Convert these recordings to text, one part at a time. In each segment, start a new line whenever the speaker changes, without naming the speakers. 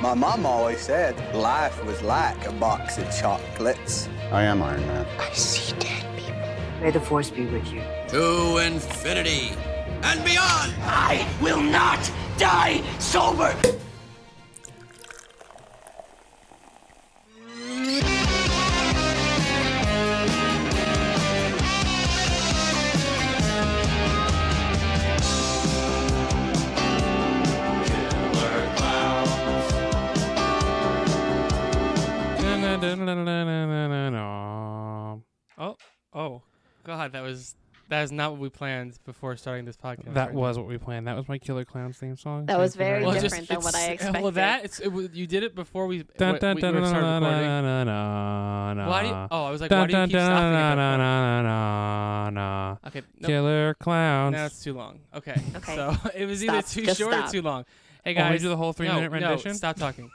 My mom always said life was like a box of chocolates.
I am Iron Man.
I see dead people.
May the force be with you.
To infinity and beyond.
I will not die sober.
Oh, oh,
God, that was that is not what we planned before starting this podcast.
that was what we planned. That was my Killer Clowns theme song.
That was very
Well,
much.
it's just-
different than what I
it's-
expected.
Well, that it's it, was- you did it before we,
Dun,
dun,
dun,
we,
dun,
we
dun,
started
dun,
recording.
dun, dun, dun, dun,
Why do you?
dun.
Oh, I was like, why
Dun,
do you
dun,
keep
dun,
stopping?
dun,
at that
dun, dun, dun,
point?
dun.
Okay, no,
Killer Clowns.
now it's too long. Okay,
Okay.
So it was either
Stop.
too
Just
short
stop.
or too long. Hey
Want me to
guys,
do the whole
no,
three-minute rendition?
No, stop talking.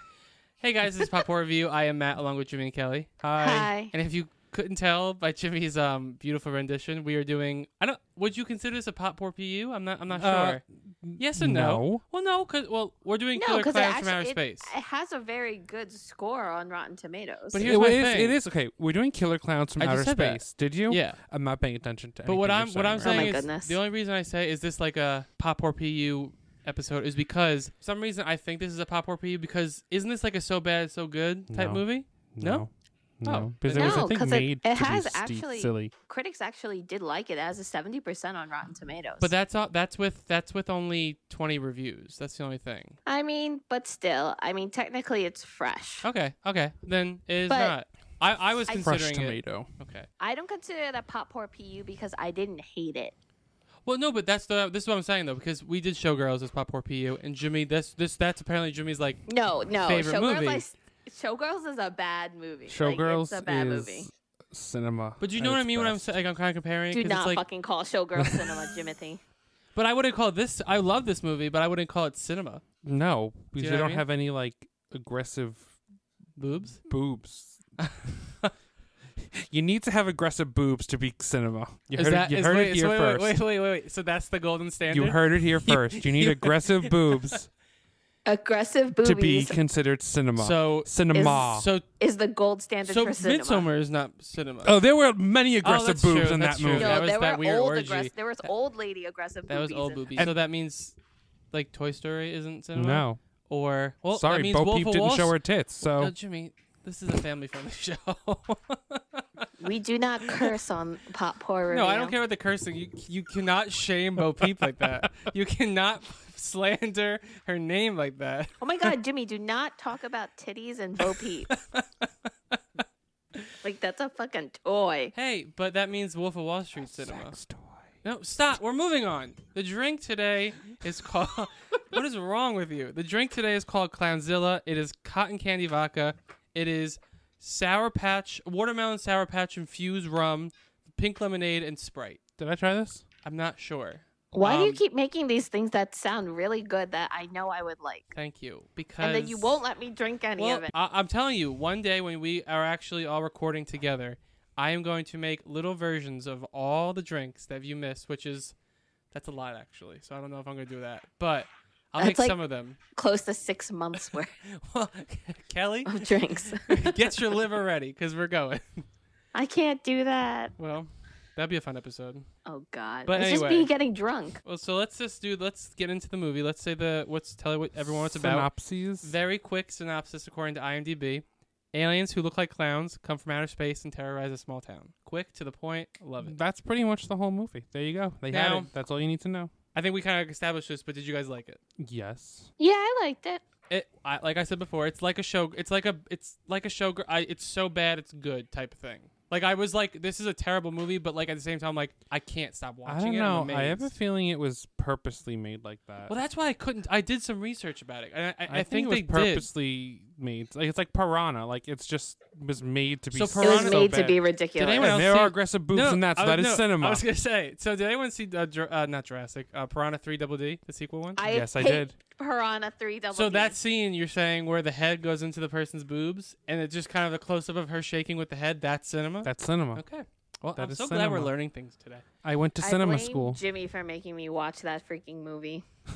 hey guys, this is Pop Horror Review. I am Matt, along with Jimmy and Kelly.
Hi.
And if you couldn't tell by Jimmy's um beautiful rendition, we are doing. I don't. Would you consider this a pop horror PU? I'm not. I'm not
Uh,
sure. Yes and no.
no.
Well, no, because well, we're doing
no,
Killer
because it
Clowns from
actually-
Outer
it-
Space.
It, has a very good score on Rotten Tomatoes.
But
It
here's my
is-
thing.
It is okay. We're doing Killer Clowns from
I just
Outer
said that.
Space. Did you?
Yeah.
I'm not paying attention to.
But what I'm what I'm
Oh
saying
my
is
goodness.
the only reason I say is this like a pop or pu episode is because for some reason I think this is a pop or pu because isn't this like a so bad so good type
No.
movie?
No. No,
Oh.
because there was
No,
a thing
'cause it-
made
it
to
has
be sti-
actually-
silly.
critics actually did like it as a 70% on Rotten Tomatoes.
But that's all, that's with that's with only 20 reviews. That's the only thing.
I mean, but still, I mean, technically it's fresh.
Okay, okay, then it is
But-
not. I I was
I- Fresh
Fresh
considering it.
tomato.
Okay.
I don't consider it a pop poor PU because I didn't hate it.
Well, no, but that's the this is what I'm saying though because we did Showgirls as pop or pu and Jimmy this this that's apparently Jimmy's like
No, no.
Favorite
Showgirls,
movie?
I s- Showgirls is a bad movie. Like,
Showgirls
it's a bad
is
movie.
cinema.
but you
at
know what I
its
mean when I'm
best.
sa- like I'm kind of comparing
Do
because
not
it's like
fucking call Showgirls cinema, Jimothy.
but I wouldn't call this I love this movie but I wouldn't call it cinema.
No,
you
because they
know what I
don't
mean?
have any like aggressive
Boobs?
boobs. you need to have aggressive boobs to be cinema. You
Is
heard
that-
it, you
is-
heard
wait,
it
so
here
wait,
first.
Wait, wait, wait, wait. So that's the golden standard.
You heard it here first. You need aggressive boobs
Aggressive
to be
boobies
considered cinema.
So-
cinema.
so
is the gold standard
so
for cinema.
Midsummer is not cinema.
oh, there were many aggressive
that's
boobs
true,
in
that's
that
true.
movie.
No,
That was
there
that
were
weird
old
orgy.
aggressive. There was old lady aggressive.
that was
boobies
old
in it.
boobies. so that means like Toy Story isn't cinema.
No.
Or well, that
Sorry,
means
Bo
Wolf
Peep
of
didn't
Wall
show her
S-
tits. So
No, Jimmy, this is a family-friendly show.
We do not curse on pop poor review.
no, I don't care about the cursing. You you cannot shame Bo Peep like that. You cannot slander her name like that.
Oh my god, Jimmy, do not talk about titties and Bo Peep. like that's a fucking toy.
Hey, but that means Wolf of Wall Street cinema. No, stop. We're moving on. The drink today is called. what is wrong with you? The drink today is called Clownzilla. It is cotton candy vodka. It is sour patch, watermelon sour patch infused rum, pink lemonade, and Sprite.
did I try this?
I'm not sure.
Why do you
Um,
keep making these things that sound really good that I know I would like?
Thank you. Because
And then you won't let me drink any
Well,
of it.
I- I'm telling you, one day when we are actually all recording together, I am going to make little versions of all the drinks that you missed, which is that's a lot actually. So I don't know if I'm going to do that, but I'll
That's
make
like-
some of them.
Close to six months worth
Well, Kelly,
of drinks.
get your liver ready because we're going.
I can't do that.
Well, that'd be a fun episode.
Oh god.
But
it's just
anyway.
me getting drunk.
Well, so let's just do. Let's get into the movie. Let's say the what's tell what everyone what's about.
Synopses.
Very quick synopsis according to IMDb. Aliens who look like clowns come from outer space and terrorize a small town. Quick to the point. Love it.
That's pretty much the whole movie. There you go. They
Now-
had it. That's all you need to know.
I think we kind of established this, but did you guys like it?
Yes.
Yeah, I liked it.
It, I, like I said before, it's like a show. It's like a, it's like a show. I, it's so bad, it's good type of thing. Like I was like, this is a terrible movie, but like at the same time, like I can't stop watching
I don't
it.
know.
I'm
I have a
amazed.
feeling it was purposely made like that.
Well, that's why I couldn't. I did some research about it, and I, I, I,
I, think,
they
it was purposely made. Like it's like Piranha. Like it's just was made to be.
So
So
It was
Piranha-
made to
bad.
be
did. Did
ridiculous.
anyone
And
else
there
see,
are aggressive boobs
no,
in that, so
I
that
was-
is
no,
cinema.
I was gonna say. So did anyone see uh, Jur- uh, not Jurassic, uh, Piranha Three Double D, the sequel one?
I
Yes, I
hate
did.
Piranha three double.
so
D.
that scene you're saying where the head goes into the person's boobs, and it's just kind of a close up of her shaking with the head. That's cinema.
That's cinema.
okay. Well,
That
I'm
is
so glad we're
cinema.
learning things today.
I went to
I
cinema
blame
school.
Jimmy for making me watch that freaking movie. I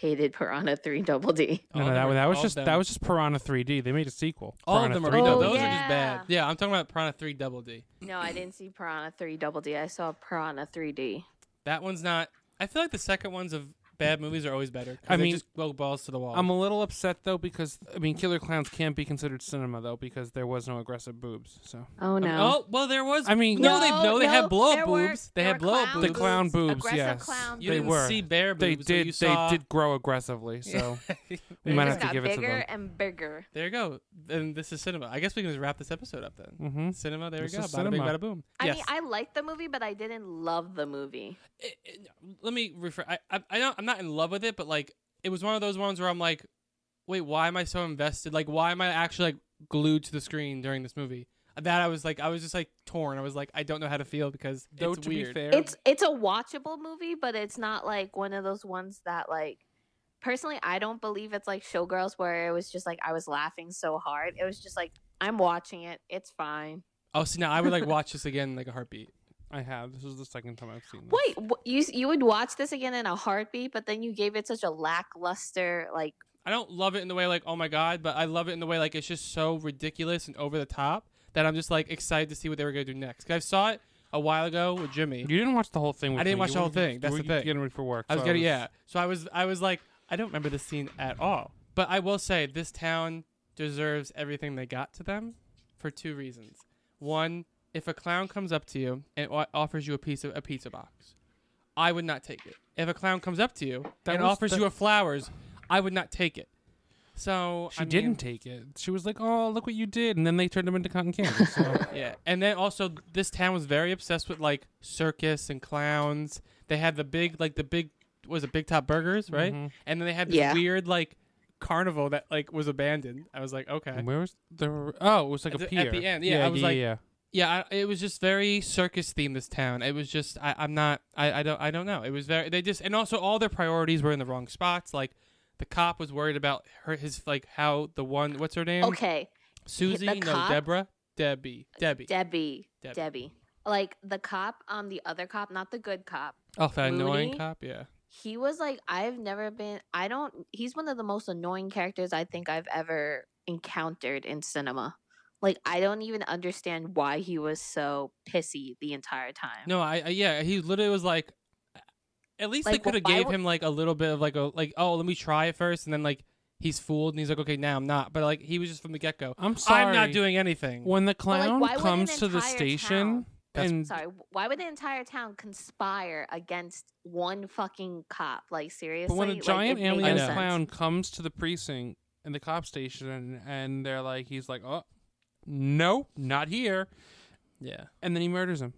hated Piranha 3 Double D.
No,
All
no,
of
that,
them are-
that was
all of
just
them.
that was just Piranha 3D. They made a sequel.
All
Piranha
of them are
3
Oh,
redone.
Double
Those
D.
are just
yeah.
bad. Yeah, I'm talking about Piranha 3 Double D.
No, I didn't see Piranha 3 Double D. I saw Piranha 3D.
That one's not. I feel like the second ones of bad movies are always better. 'cause
I
they
mean,
just blow balls to the wall.
I'm a little upset though because I mean Killer Clowns can't be considered cinema though because there was no aggressive boobs. So
Oh
I'm-
no.
Oh well, there was.
I mean-
no, they no, they had blow up
there were-
boobs. They
there
had
were
blow up
clown
boobs.
The clown boobs,
Aggressive
yes.
clown
You
they
didn't
were.
see bear
they
boobs, so
did
you saw-
they did grow aggressively. So we
They
might have
just
to
got
give it to
bigger
them.
and bigger.
There you go. And this is cinema. I guess we can just wrap this episode up then.
Mm-hmm.
Cinema. There
This
we go.
is
Bada bing,
cinema.
bada boom.
I
yes.
mean, I liked the movie, but I didn't love the movie.
It- it- Eh, let me refer. I, I I don't. I'm not in love with it, but like it was one of those ones where I'm like, wait, why am I so invested? Like, why am I actually like glued to the screen during this movie? That I was like, I was just like torn. I was like, I don't know how to feel because
Though
it's
to
weird.
be fair,
It's it's a watchable movie, but it's not like one of those ones that like personally I don't believe it's like Showgirls where it was just like I was laughing so hard. It was just like I'm watching it. It's fine.
Oh, see, now I would like watch this again in, like a heartbeat.
I have. This is the second time I've seen. This.
Wait, wh- you s- you would watch this again in a heartbeat, but then you gave it such a lackluster like
I don't love it in the way like, oh my god, but I love it in the way like it's just so ridiculous and over the top that I'm just like excited to see what they were gonna do next. 'Cause I saw it a while ago with Jimmy.
You didn't watch the whole thing. With
I didn't
me.
watch
You
the whole
were-
thing. That's
you were
the thing.
Getting ready for work.
I was
so
gonna yeah. So I was I was like, I don't remember this scene at all. But I will say this town deserves everything they got to them for two reasons. One, if a clown comes up to you and o- offers you a piece of a pizza box, I would not take it. If a clown comes up to you
That
and
was
offers
the-
you a flowers, I would not take it. So
She
I mean-
didn't take it. She was like, "Oh, look what you did!" And then they turned him into cotton candy. So
Yeah, and then also this town was very obsessed with like circus and clowns. They had the big like the big was it Big Top Burgers, right? And then they had this
Yeah.
weird like carnival that like was abandoned. I was like, okay,
where was the? Oh, it was like a
At the-
pier
at the end, yeah, I was
yeah,
like-
yeah.
yeah. I, it was just very circus themed. This town. It was just I, I'm not. I, I don't. I don't know. It was very. They just and also all their priorities were in the wrong spots. Like the cop was worried about her his like how the one what's her name
okay,
Susie
the
no
cop-
Deborah Debbie Debbie.
Debbie,
Debbie.
Debbie, Like the cop, um, the other cop, not the good cop.
oh, that annoying
Moody.
cop. Yeah.
He was like, I've never been. I don't. He's one of the most annoying characters I think I've ever encountered in cinema. Like I don't even understand why he was so pissy the entire time.
No, I, I yeah, he literally was like, at least they
Like,
could have
why
gave
would-
him like a little bit of like a like oh let me try it first and then like he's fooled and he's like okay now I'm not but like he was just from the get go
I'm sorry.
I'm not doing anything.
When the
like,
clown
why would an
comes to the
entire
station,
town-
That's-
and
Sorry, why would the entire town conspire against one fucking cop? Like seriously,
but when a
Like,
giant
it made
alien
no sense.
clown comes to the precinct and the cop station, and, and they're like, he's like, "Oh, nope, not here,"
Yeah,
and then he murders him.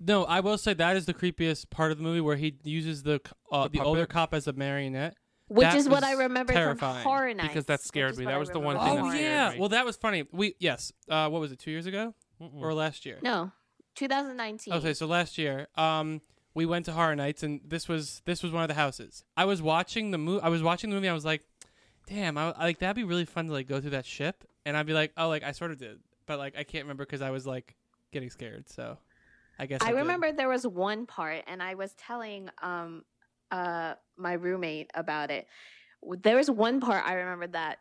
no, I will say that is the creepiest part of the movie where he uses the c- uh,
The
the, older
puppet?
cop as a marionette,
which
That
is what I
was
remembered
terrifying,
from Horror Nights
because that
which
scared
is
me.
what
That
I
was the one
remember
thing
from
that
Oh
Horror
yeah,
me.
well that was funny. We yes, uh, what was it two years ago or last year?
No, 2019.
Okay, so last year, um, we went to Horror Nights, and this was this was one of the houses. I was watching the movie. I was watching the movie. I was like, "Damn, I, I- like that'd be really fun to like go through that ship." And I'd be like, "Oh, like I sort of did, but like I can't remember because I was like getting scared." So, I guess
I
did.
remember there was one part, and I was telling um uh my roommate about it. W- There was one part I remember that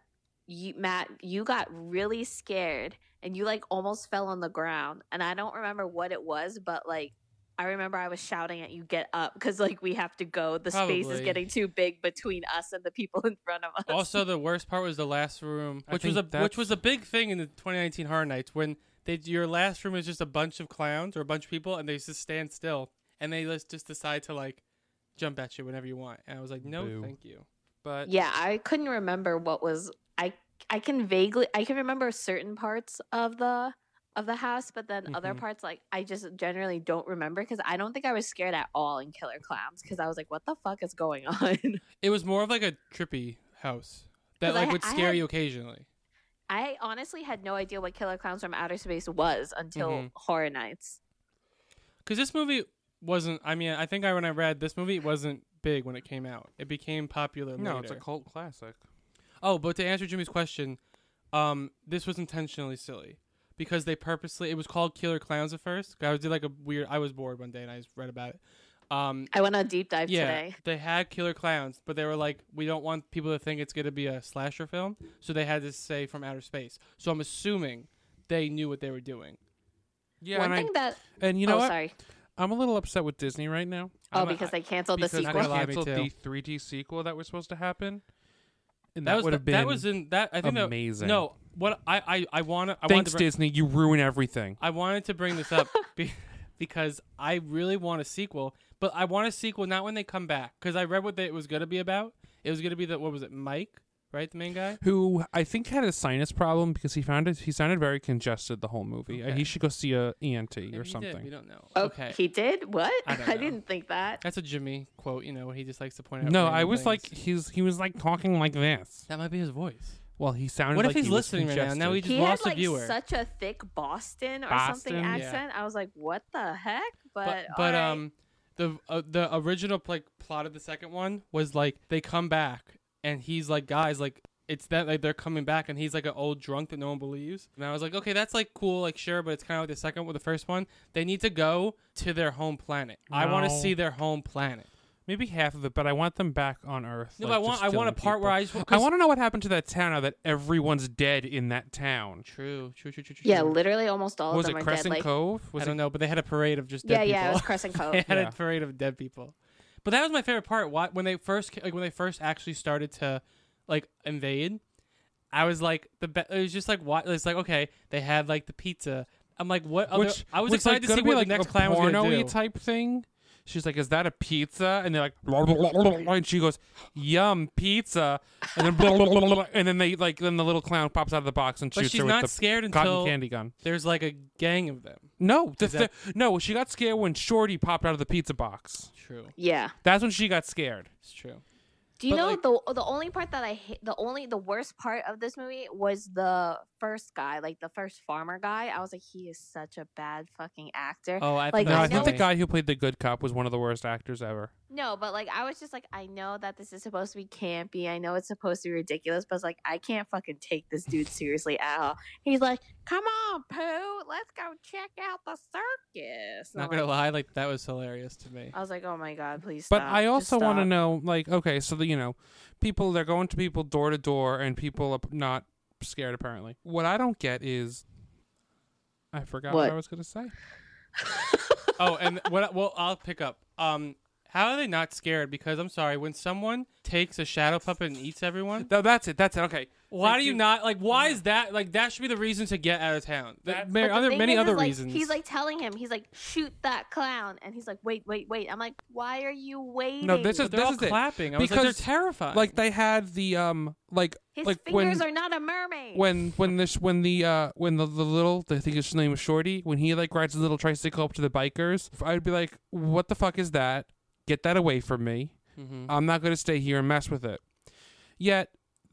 you, Matt, you got really scared, and you like almost fell on the ground. And I don't remember what it was, but like. I remember I was shouting at you, get up, because like we have to go. The space is
Probably.
getting too big between us and the people in front of us.
Also, the worst part was the last room,
I
which was a
think
which
that's-
was a big thing in the 2019 Horror Nights when they your last room is just a bunch of clowns or a bunch of people, and they just stand still and they just just decide to like jump at you whenever you want. And I was like, "No,
Boo.
thank you."
But
yeah i couldn't remember what was i i can vaguely i can remember certain parts of the of the house but then other
Mhm.
parts like i just generally don't remember because i don't think i was scared at all in killer clowns because i was like what the fuck is going on
It was more of like a trippy house that
'Cause I
like
ha-
would
I
scare
had-
you occasionally.
i honestly had no idea what killer clowns from outer space was until
Mm-hmm.
Mhm.
horror nights
Because this movie wasn't. I mean, I think I when I read this movie wasn't big when it came out. It became popular.
no, it's
later.
a cult classic.
Oh, but to answer Jimmy's question, um, this was intentionally silly because they purposely. It was called Killer Clowns at first. I did like a weird. I was bored one day and I just read about it. Um,
I went on a deep dive
yeah,
today.
they had Killer Clowns, but they were like, we don't want people to think it's going to be a slasher film, so they had to say from outer space. So I'm assuming they knew what they were doing.
Yeah,
One
and, I-
thing that
and you know
oh
what?
sorry
I'm a little upset with Disney right now.
oh
I'm a-
because they canceled the
because
sequel.
they
Not gonna lie, me
canceled
too.
the 3D sequel that was supposed to happen. And
That,
that,
was
would
the-
have been
that was in that I think that-
amazing.
no, what I I I want to I wanted
Thanks
to br-
Disney, you ruin everything.
I wanted to bring this up be- because I really want a sequel, but I want a sequel not when they come back because I read what they, it was going to be about. It was going to be that what was it, Mike, right, the main guy?
Who I think had a sinus problem because he found it, he sounded very congested the whole movie. Uh,
Okay.
He should go see a ENT
Maybe
or
he did, we
something.
don't know.
Oh,
okay,
he did what?
I
I,
don't know.
didn't think that.
that's a Jimmy quote. You know, where he just likes to point out.
No,
random
I was
things.
like he's he was like talking like this.
that might be his voice.
Well, he sounded.
What if
like
he's
he was
listening right now? Now
congested.
he Just
He had
lost a
like
viewer.
such a thick Boston or
Boston,
something
yeah.
accent. I was like, what the heck? But
but
all
but
right.
um the uh, the original like plot of the second one was like they come back and he's like guys like it's that like they're coming back and he's like an old drunk that no one believes and I was like okay that's like cool like sure but it's kind of like the second with the first one they need to go to their home planet I want to
No.
see their home planet
maybe half of it, but I want them back on Earth.
no
like,
I want
just
I want a
killing
part where
people.
I just
I want to know what happened to that town now that everyone's dead in that town.
true true true true, true
yeah,
true.
literally almost all
was
of them
it
are
Crescent
dead. Like
Cove? Was
I
it-
don't know, but they had a parade of just
Yeah,
dead
yeah, it
people.
was Crescent Cove.
they had
Yeah.
a parade of dead people. But that was my favorite part. Why, when they first ca- like when they first actually started to like invade, I was like the be- it was just like what it's like okay they had like the pizza. I'm like what other
Which
I was
which,
excited
like,
to
gonna
see
be
what
like
the next
a
clan was going to
porno-y
do.
type thing. She's like, "Is that a pizza?" And they're like, blah, blah, blah, blah, blah," and she goes, "Yum, pizza!" And then, blah, blah, blah, blah, blah, and then they like, then the little clown pops out of the box and
But
shoots
she's
her
not
with the
scared
cotton
until-
candy gun.
There's like a gang of them.
No, the,
that-
the- no, she got scared when Shorty popped out of the pizza box.
True,
Yeah.
That's when she got scared.
it's true.
Do you
But,
know
like-
the the only part that I hate, the only the worst part of this movie was the first guy, like the first farmer guy. I was like, he is such a bad fucking actor.
Oh, I thought
Like,
No, I,
I
think
know
the
it-
guy who played the good cop was one of the worst actors ever.
No, but like I was just like, I know that this is supposed to be campy. I know it's supposed to be ridiculous, but it's like I can't fucking take this dude seriously at all. He's like, "Come on, Pooh, let's go check out the circus." And
Not
I'm
gonna
like-
lie, like that was hilarious to me.
I was like, "Oh my god, please
But
stop."
I
Just
also want to
stop."
know, like, okay, so the you know, people they're going to people door to door, and people are not scared apparently. What I don't get is, I forgot what,
What?
I was going to say.
oh, and what? Well, I'll pick up. Um, how are they not scared? Because I'm sorry, when someone takes a shadow puppet and eats everyone,
No, that's it. That's it. Okay.
why do you not like? Why is that? Like that should be the reason to get out of town. There
That's-
there
But
are
the
other
thing
many
is, is,
other
like,
reasons.
He's like telling him, he's like, "Shoot that clown," and he's like, "Wait, wait, wait." I'm like, "Why are you waiting?"
No, this is
they're
this
all
is it.
clapping. I was like, they're terrified.
Like they had the um, like
his
like
fingers
when
are not a mermaid.
when when this when the uh when the, the little I think his name was Shorty when he like rides his little tricycle up to the bikers, I'd be like, what the fuck is that? Get that away from me.
Mm-hmm.
I'm not going to stay here and mess with it. Yet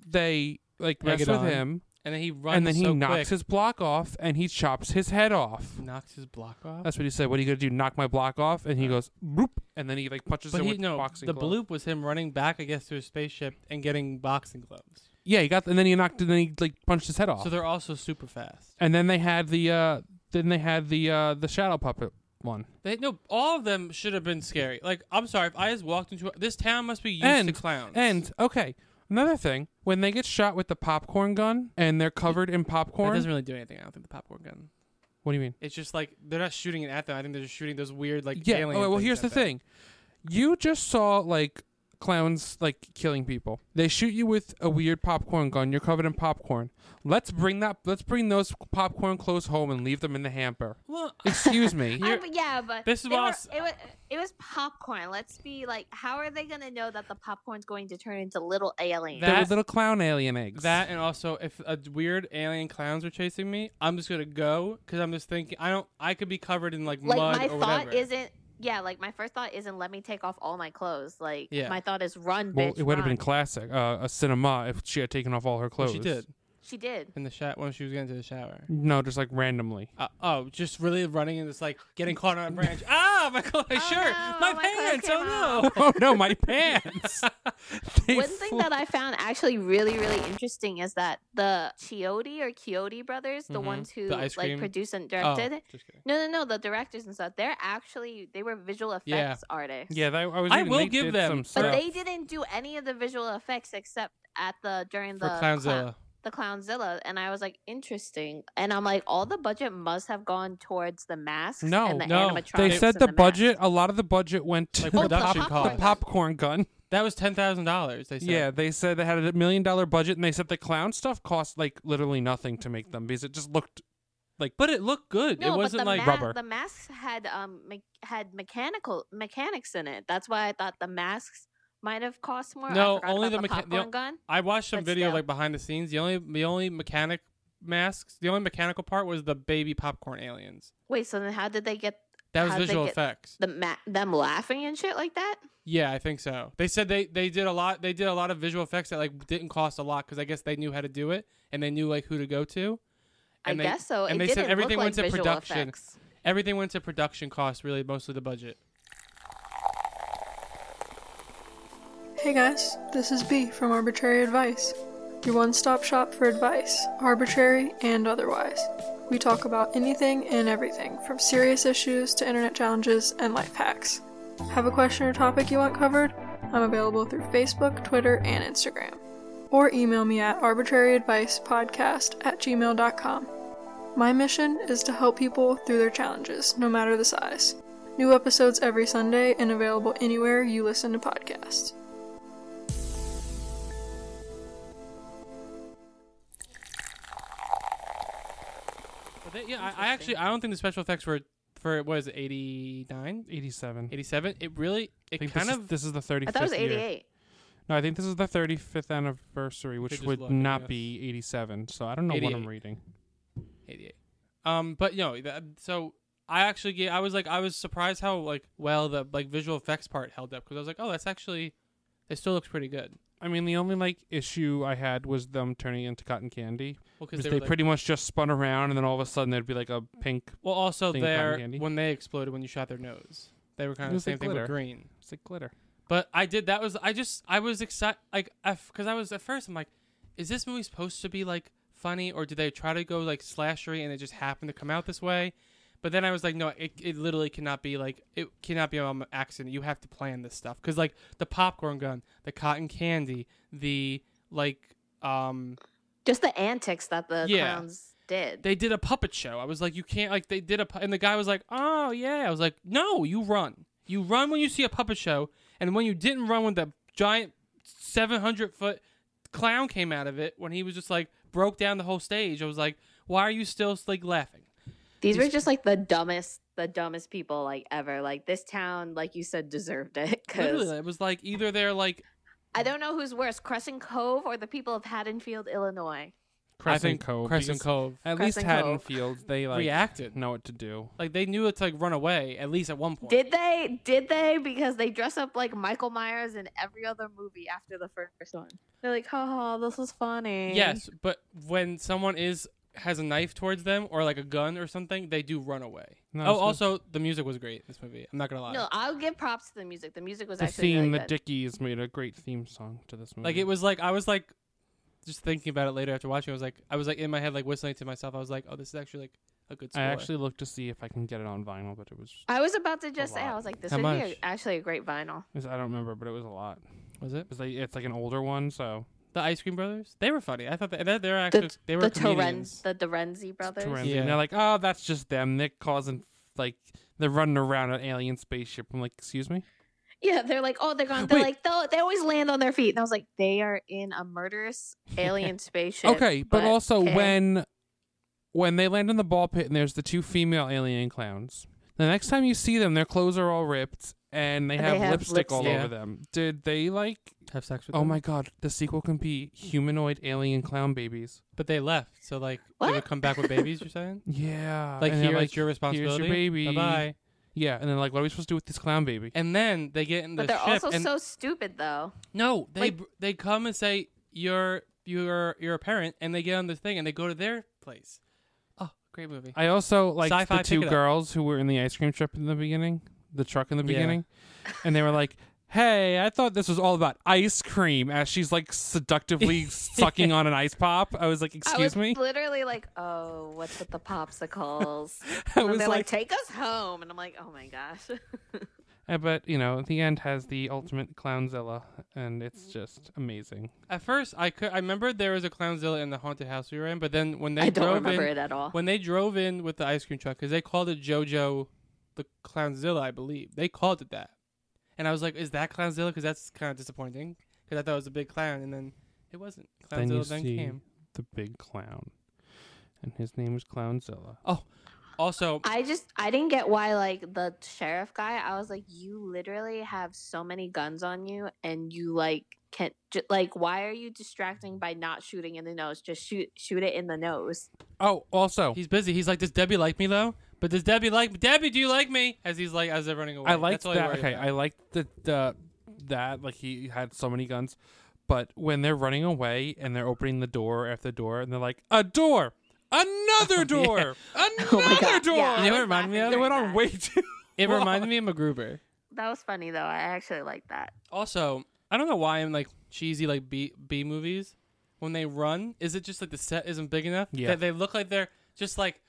they like
Egg
mess
it
with
on.
him,
and then he runs.
and then he
so
knocks
quick.
his block off, and he chops his head off.
knocks his block off.
That's what he said. What are you gonna do? Knock my block off? And he goes, boop, and then he like punches
Uh-huh. but
him
he
with
no.
boxing.
The
glove.
bloop was him running back, I guess, to his spaceship and getting boxing gloves.
Yeah, he got, and then he knocked, and then he like punched his head off.
So they're also super fast.
and then they had the, uh then they had the uh the shadow puppet one.
They no, all of them should have been scary. Like I'm sorry, if I just walked into this town, must be used
and
to clowns.
And okay, another thing, when they get shot with the popcorn gun and they're covered in
That
popcorn.
doesn't really do anything. I don't think the popcorn gun.
what do you mean?
It's just like they're not shooting it at them. I think they're just shooting those weird like
Yeah.
alien
okay, well,
things
here's
at
the
them.
thing. You just saw like clowns like killing people. They shoot you with a weird popcorn gun. You're covered in popcorn. Let's bring that. Let's bring those popcorn clothes home and leave them in the hamper.
Well,
Excuse me.
I, but yeah, but
This is
they
what I
were-
was-
it was. It was popcorn. Let's be like, how are they gonna know that the popcorn's going to turn into little aliens?
They were
That-
little clown alien eggs.
that and also if a weird alien clowns are chasing me, I'm just gonna go because I'm just thinking I don't. I could be covered in like
like
mud
my
or
thought
whatever.
isn't. Yeah, like my first thought isn't let me take off all my clothes. Like
Yeah.
my thought is run,
Well,
bitch.
it would have
run.
been classic, uh, a cinema if she had taken off all her
Well,
clothes.
she did.
She did.
in the shower when she was getting to the shower.
No, just like randomly.
Uh, oh, just really running and just like getting caught on a branch. ah, my, clo- my
Oh,
shirt,
no,
my,
my clothes
pants.
came
Oh no.
off.
oh no, my pants. They
One thing
flew-
that I found actually really, really interesting is that the Chiodi or Chiodi brothers, the
Mhm.
ones who
The ice
like
cream.
produced and
Oh,
directed, it.
just kidding.
no, no, no, the directors and stuff, they're actually they were visual effects
Yeah.
artists.
yeah, that, I was.
I
reading,
will
they
give
did
them
some
But
stuff.
they didn't do any of the visual effects except at the during
For
the clown-
uh,
Clownzilla.
the Clownzilla, and I was like, interesting. And I'm like, all the budget must have gone towards the masks
No,
and the
no. They
animatronics.
They
and
said the,
masks.
budget. A lot of the budget went to
Like
the,
production
pop-
costs.
the popcorn gun.
That was ten thousand dollars. They said.
Yeah, they said they had a million dollar budget, and they said the clown stuff cost like literally nothing to make them because it just looked like.
but it looked good.
No,
it wasn't
but the
like
ma-
rubber.
The masks had um me- had mechanical mechanics in it. That's why I thought the masks might have cost more. I
No,
forgot
only
about
the mecha- the
popcorn
o-
gun.
I watched some
But
video
still.
like behind the scenes. The only the only mechanic masks. The only mechanical part was the baby popcorn aliens.
Wait, so then how did they get
That was
How'd they
visual
get-
effects.
the ma- them laughing and shit like that?
Yeah, I think so. They said they they did a lot. They did a lot of visual effects that like didn't cost a lot because I guess they knew how to do it and they knew like who to go to.
I
And they-
guess so.
And
it
they
didn't
said everything
look
went
like
to
visual
production.
effects.
Everything went to production costs, really, mostly the budget.
Hey guys, this is B from Arbitrary Advice, your one stop shop for advice, arbitrary and otherwise. We talk about anything and everything, from serious issues to internet challenges and life hacks. Have a question or topic you want covered? I'm available through Facebook, Twitter, and Instagram. Or email me at arbitraryadvicepodcast at gmail.com. My mission is to help people through their challenges, no matter the size. New episodes every Sunday and available anywhere you listen to podcasts.
But they, yeah, I, I actually I don't think the special effects were for what is it 89,
Eighty-seven.
87. It really
I
it
think
kind
this
of
is, this is the
I
thirty-fifth.
thought it was
year.
88.
No, I think this is the thirty-fifth anniversary, which
just
would
look, I
not
guess.
be eighty-seven. So I don't know what
88.
I'm reading.
88. Um, but you know, that, so I actually get, I was like I was surprised how like well the like visual effects part held up because I was like oh that's actually it still looks pretty good.
I mean, the only like issue I had was them turning into cotton candy.
Well, because
Because
they,
they,
were, like-
pretty much just spun around, and then all of a sudden there'd be like a pink.
well also
thing of cotton
there
candy.
when they exploded when you shot their nose they were kind
It
of the
was
same
like
thing with
glitter.
green.
It's like glitter.
But I did that was I just I was excited like because I was at first I'm like is this movie supposed to be like funny or did they try to go like slashery and it just happened to come out this way? But then I was like, no, it, it literally cannot be like it cannot be an accident. You have to plan this stuff because like the popcorn gun, the cotton candy, the like um
Just the antics that the
Yeah.
clowns did.
they did a puppet show. I was like, you can't like they did a pu- and the guy was like, oh yeah. I was like, no, you run, you run when you see a puppet show, and when you didn't run when the giant seven hundred foot clown came out of it when he was just like broke down the whole stage. I was like, why are you still like laughing?
These were just like the dumbest, the dumbest people like ever. Like this town, like you said, deserved it because
Literally, it was like either they're like
I don't know who's worse, Crescent Cove or the people of Haddonfield, Illinois.
Crescent
I think
Cove.
Crescent
because
Cove
At
Crescent
least
Cove.
Haddonfield, they like
reacted.
know what to do.
Like they knew it to like run away at least at one point.
Did they? Did they? Because they dress up like Michael Myers in every other movie after the first one. They're like, haha, this is funny.
Yes, but when someone is has a knife towards them or like a gun or something, they do run away.
No,
oh,
it's
also the music was great. in This movie, I'm not gonna lie.
No, I'll give props to the music. The music was
The
actually
theme,
really
the
good.
Dickies made a great theme song to this movie.
Like it was like I was like just thinking about it later after watching. I was like I was like in my head like whistling to myself. I was like, oh, this is actually like a good. Score.
I actually looked to see if I can get it on vinyl, but it was,
I was about to just say, I
lot.
was like, this
Oh, How
would be
much?
a, actually a great vinyl.
it was- I don't remember, but it was a lot.
was it
It's like, it's like an older one, so
the Ice Cream Brothers? They were funny. I thought that they're, they're actually
The,
they were
the
comedians.
Torrenz, the Dorenzi brothers.
Torrenzi.
Yeah.
And they're like, oh, that's just them. They're causing like they're running around an alien spaceship. I'm like, excuse me.
Yeah, they're like, oh, they're gone. They're
Wait.
like, they they always land on their feet. And I was like, they are in a murderous alien spaceship.
Okay, but, also
okay.
when when they land in the ball pit and there's the two female alien clowns. The next time you see them, their clothes are all ripped and they
And
have,
they have
lipstick all
lipstick.
over them. Did they like?
have sex with.
Oh
them.
my god, the sequel can be humanoid alien clown babies.
But they left, so like they
What?
would come back with babies. You're saying?
Yeah,
Like
and they're
here it's your responsibility.
Here's your baby.
Bye bye.
Yeah, and then like, what are we supposed to do with this clown baby?
And then they get in the
But they're
ship
also
and
so stupid, though.
No, they
Like-
br they come and say your you're you're a parent and they get on the thing and they go to their place. Oh, great movie.
I also liked
Sci-fi,
the
pick
two
it up.
girls who were in the ice cream truck in the beginning, the truck in the
Yeah.
beginning, and they were like, "Hey, I thought this was all about ice cream." As she's like seductively sucking on an ice pop, I was like,
I
"Excuse
was
me."
literally like, oh, what's with the popsicles?
I
and
was
they're like,
like,
take us home. And I'm like, oh my gosh.
Uh, but you know, the end has the ultimate clownzilla, and it's just amazing.
At first, I could I remember there was a clownzilla in the haunted house we were in, but then when they
I don't
drove
remember
in,
it at all.
when they drove in with the ice cream truck because they called it JoJo the Clownzilla, I believe they called it that, and I was like, "Is that Clownzilla?" Because that's kind of disappointing because I thought it was a big clown, and then it wasn't.
then you
Clownzilla then,
see
came.
the big clown, and his name is Clownzilla.
Oh, also,
I just I didn't get why like the sheriff guy. I was like, you literally have so many guns on you, and you like can't j- like why are you distracting by not shooting in the nose? Just shoot shoot it in the nose.
Oh, also,
he's busy. He's like, "Does Debbie like me though?" But does Debbie like Debbie? Do you like me? As he's like, as they're running away.
I liked
That's all
that.
worry
Okay,
about.
I liked the, the that like he had so many guns, but when they're running away and they're opening the door after door and they're like a door,
Oh,
another door, another
God,
door.
yeah, I
You know
was
what it reminded me
laughing
of?
They
during
went on
that.
way too.
It reminded me of MacGruber.
That was funny though. I actually like that.
Also, I don't know why I'm like cheesy like B B movies. When they run, is it just like the set isn't big enough?
Yeah.
That they look like they're just like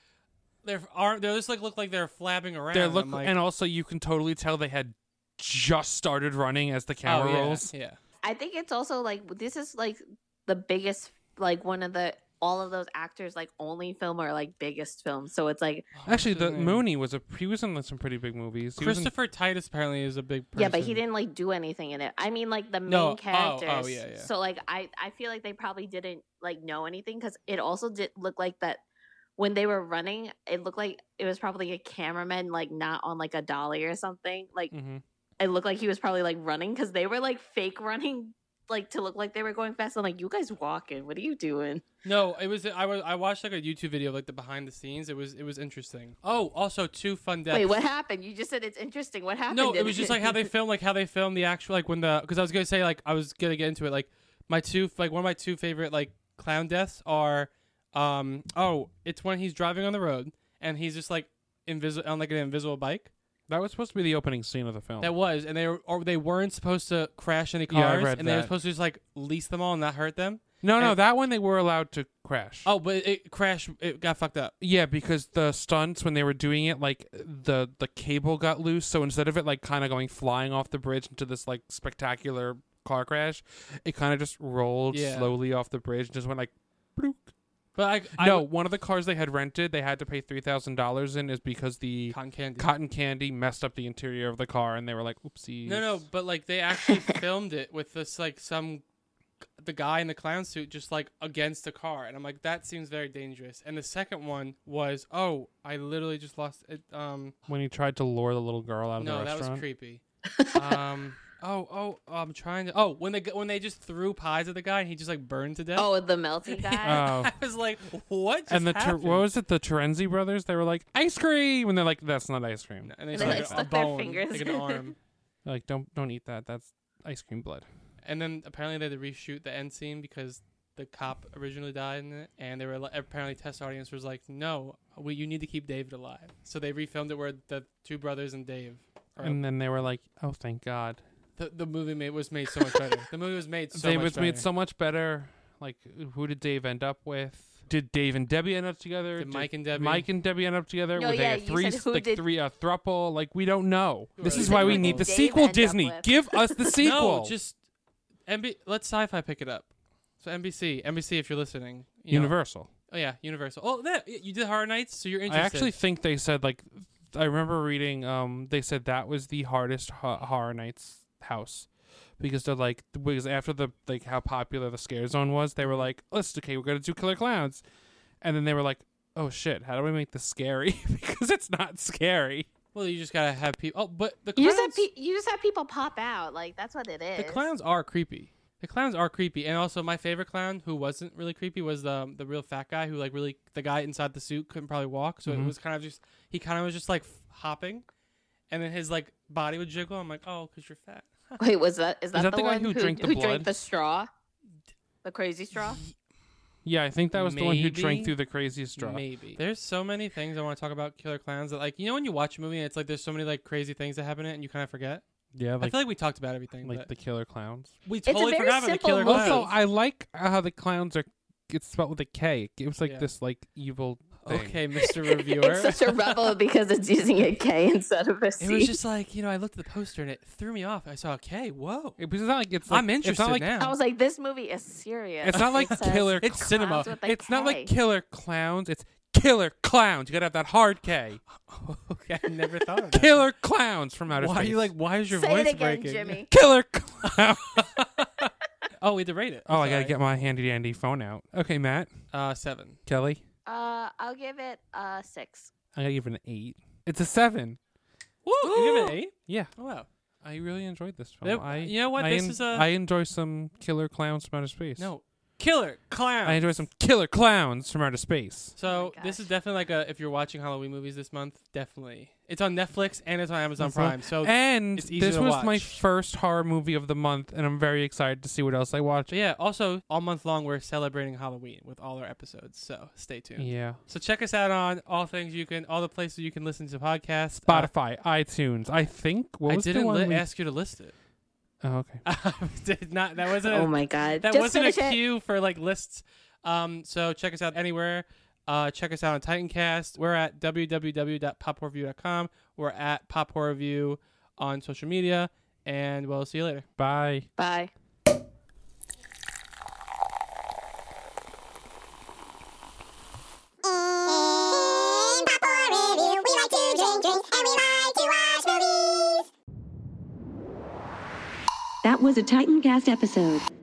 their arm. They just like look like they're flapping around.
They're look
I'm like, oh,
and also you can totally tell they had just started running as the
oh,
camera
yeah,
rolls.
Yeah.
I think it's also like this is like the biggest like one of the all of those actors like only film or like biggest films. So it's like
Actually,
What's his
the
name?
Mooney was a he was in like, some pretty big movies. He was in-
Oh, Christopher Titus apparently is a big. Person.
Yeah, but he didn't like do anything in it. I mean, like the main
No, oh, oh,
characters.
yeah, yeah.
So like, I I feel like they probably didn't like know anything because it also did look like that when they were running, it looked like it was probably a cameraman like not on like a dolly or something. Like
Mhm.
it looked like he was probably like running because they were like fake running. Like to look like they were going fast. I'm like, you guys walking? What are you doing?
No, it was. I was. I watched like a YouTube video of, like the behind the scenes. It was. It was interesting. Oh, also two fun deaths.
Wait, what happened? You just said it's interesting. What happened?
No, it was just like how they film, like how they film the actual, like when the, because I was gonna say, like I was gonna get into it, like my two, like one of my two favorite like clown deaths are, um, oh, it's when he's driving on the road and he's just like invisible on like an invisible bike.
that was supposed to be the opening scene of the film.
That was, and they were, or they weren't supposed to crash any
Oh. Yeah, I
cars,
read
and they were
that.
supposed to just like lease them all and not hurt them.
no, no,
and-
that one they were allowed to crash.
Oh, but it, it crashed. It got fucked up.
Yeah, because the stunts when they were doing it, like the the cable got loose, so instead of it like kind of going flying off the bridge into this like spectacular car crash, it kind of just rolled
Yeah.
slowly off the bridge and just went like. bloop.
But I, I
no, one of the cars they had rented, they had to pay three thousand dollars in, is because the
cotton candy.
cotton candy messed up the interior of the car, and they were like, "Oopsie."
No, no, but like they actually filmed it with this like some the guy in the clown suit just like against the car, and I'm like that seems very dangerous. And the second one was oh, I literally just lost it. Um,
When he tried to lure the little girl out of
no,
the
that
restaurant.
was creepy. um, oh, oh, I'm trying to. Oh, when they g- when they just threw pies at the guy and he just like burned to death.
Oh, the melty
Uh,
guy.
Oh.
I was like, what? Just
and the ter-
happened?
what was it? The Terenzi brothers? They were like ice cream, and they're like, "That's not ice cream."
And they,
And they,
like,
like,
a
stuck their
bone,
fingers.
like an arm.
They're like, "Don't don't eat that. That's ice cream blood."
And then apparently they had to reshoot the end scene because the cop originally died in it, and they were li- apparently test audience was like, "No, we, you need to keep David alive." So they refilmed it where the two brothers and Dave. Are,
And then they were like, "Oh, thank God!"
the, the movie made, was made so much better. the movie was made so
they
much
was
better.
made so much better. Like, who did Dave end up with? Did Dave and Debbie end up together?
Did Mike and Debbie-
Mike and Debbie end up together?
No,
Were they
yeah, you
a
said
three,
who
like
did-
three, a thruple? Like, we don't know. This
Right.
is
You
why
said
we
who
need the
did Dave
sequel.
end up
Disney,
with?
give us the sequel.
No, just MB. Let Sci-Fi pick it up. So NBC, NBC, if you're listening, you know-
Universal.
oh yeah, Universal. Oh, that you did Horror Nights, so you're
I
interested.
actually think they said like, I remember reading. Um, they said that was the hardest ho- horror nights house. Because they're like, because after the like how popular the scare zone was, they were like, "Let's okay, we're gonna do Killer Clowns," and then they were like, "Oh shit, how do we make this scary? because it's not scary."
well, you just gotta have people. Oh, but the
you
clowns,
just have pe- you just have people pop out. Like that's what it is.
The clowns are creepy. The clowns are creepy, and also my favorite clown who wasn't really creepy was the um, the real fat guy who like really the guy inside the suit couldn't probably walk, so it
Mm-hmm.
was kind of just he kind of was just like f- hopping, and then his like body would jiggle. I'm like, oh, cause you're fat.
Wait, was that is that,
that the guy
one
who drank the blood?
drank the straw? The crazy straw.
Yeah, I think that was the one who
Maybe.
drank through the craziest straw.
Maybe. There's so many things I want to talk about Killer Clowns that like you know when you watch a movie and it's like there's so many like crazy things that happen in it and you kind of forget.
Yeah,
I
like
feel like we talked about everything.
like
but
the killer clowns.
we
a
totally
very
forgot about the
simple
Killer
movie.
Clowns.
Also, I like how the clowns are. It's spelled with a K. It was like
Yeah.
this like evil. Thing.
Okay, Mr. Reviewer.
It's such a rebel because it's using a K instead of a C.
It was just like, you know, I looked at the poster and it threw me off. I saw a K. Whoa.
It was not like it's. Like,
I'm interested
it's not like,
now.
I was like, this movie is serious.
It's not like
It says
killer.
It's
cl-
cinema.
clowns with a
It's not
K.
like killer clowns. It's killer clowns. You gotta have that hard K.
okay, I never thought of that.
Killer clowns from outer
Why
space.
are you like, why is your
Say
voice
it again,
breaking?
Jimmy.
killer clowns?
Oh, we had to rate it.
oh, I
Sorry.
gotta get my handy dandy phone out. Okay, Matt,
Uh, seven.
Kelly,
Uh, I'll give it a six.
I gotta give it an eight. It's a seven.
Woo! You give it an eight?
Yeah,
Oh, wow.
I really enjoyed this film.
Yep.
I,
You know what?
I
This
en-
is a-
I enjoy some killer clowns from outer space.
No. Killer Clown.
I enjoy some killer clowns from outer space.
So
Oh my
this is
gosh.
definitely like a if you're watching Halloween movies this month, definitely it's on Netflix and it's on Amazon Prime. So
and
it's easy
this
to
was my
watch.
first horror movie of the month, and I'm very excited to see what else I watch.
but yeah, also all month long we're celebrating Halloween with all our episodes. So stay tuned.
Yeah.
So check us out on all things you can, all the places you can listen to podcasts. Uh,
Spotify, iTunes. I think what
I
was the
didn't
one
li-
we-
ask you to list it.
Oh, okay.
I did not. That wasn't. A,
oh my god.
that
Just
wasn't a
finish it.
cue for like lists. Um. So check us out anywhere. Uh, check us out on TitanCast. We're at www.pophorrorview.com. We're at Pop Horror Review on social media, and we'll see you later.
Bye.
Bye.
In Pop War Review, we like to drink drinks and we like to watch movies.
That was a Titan Cast episode.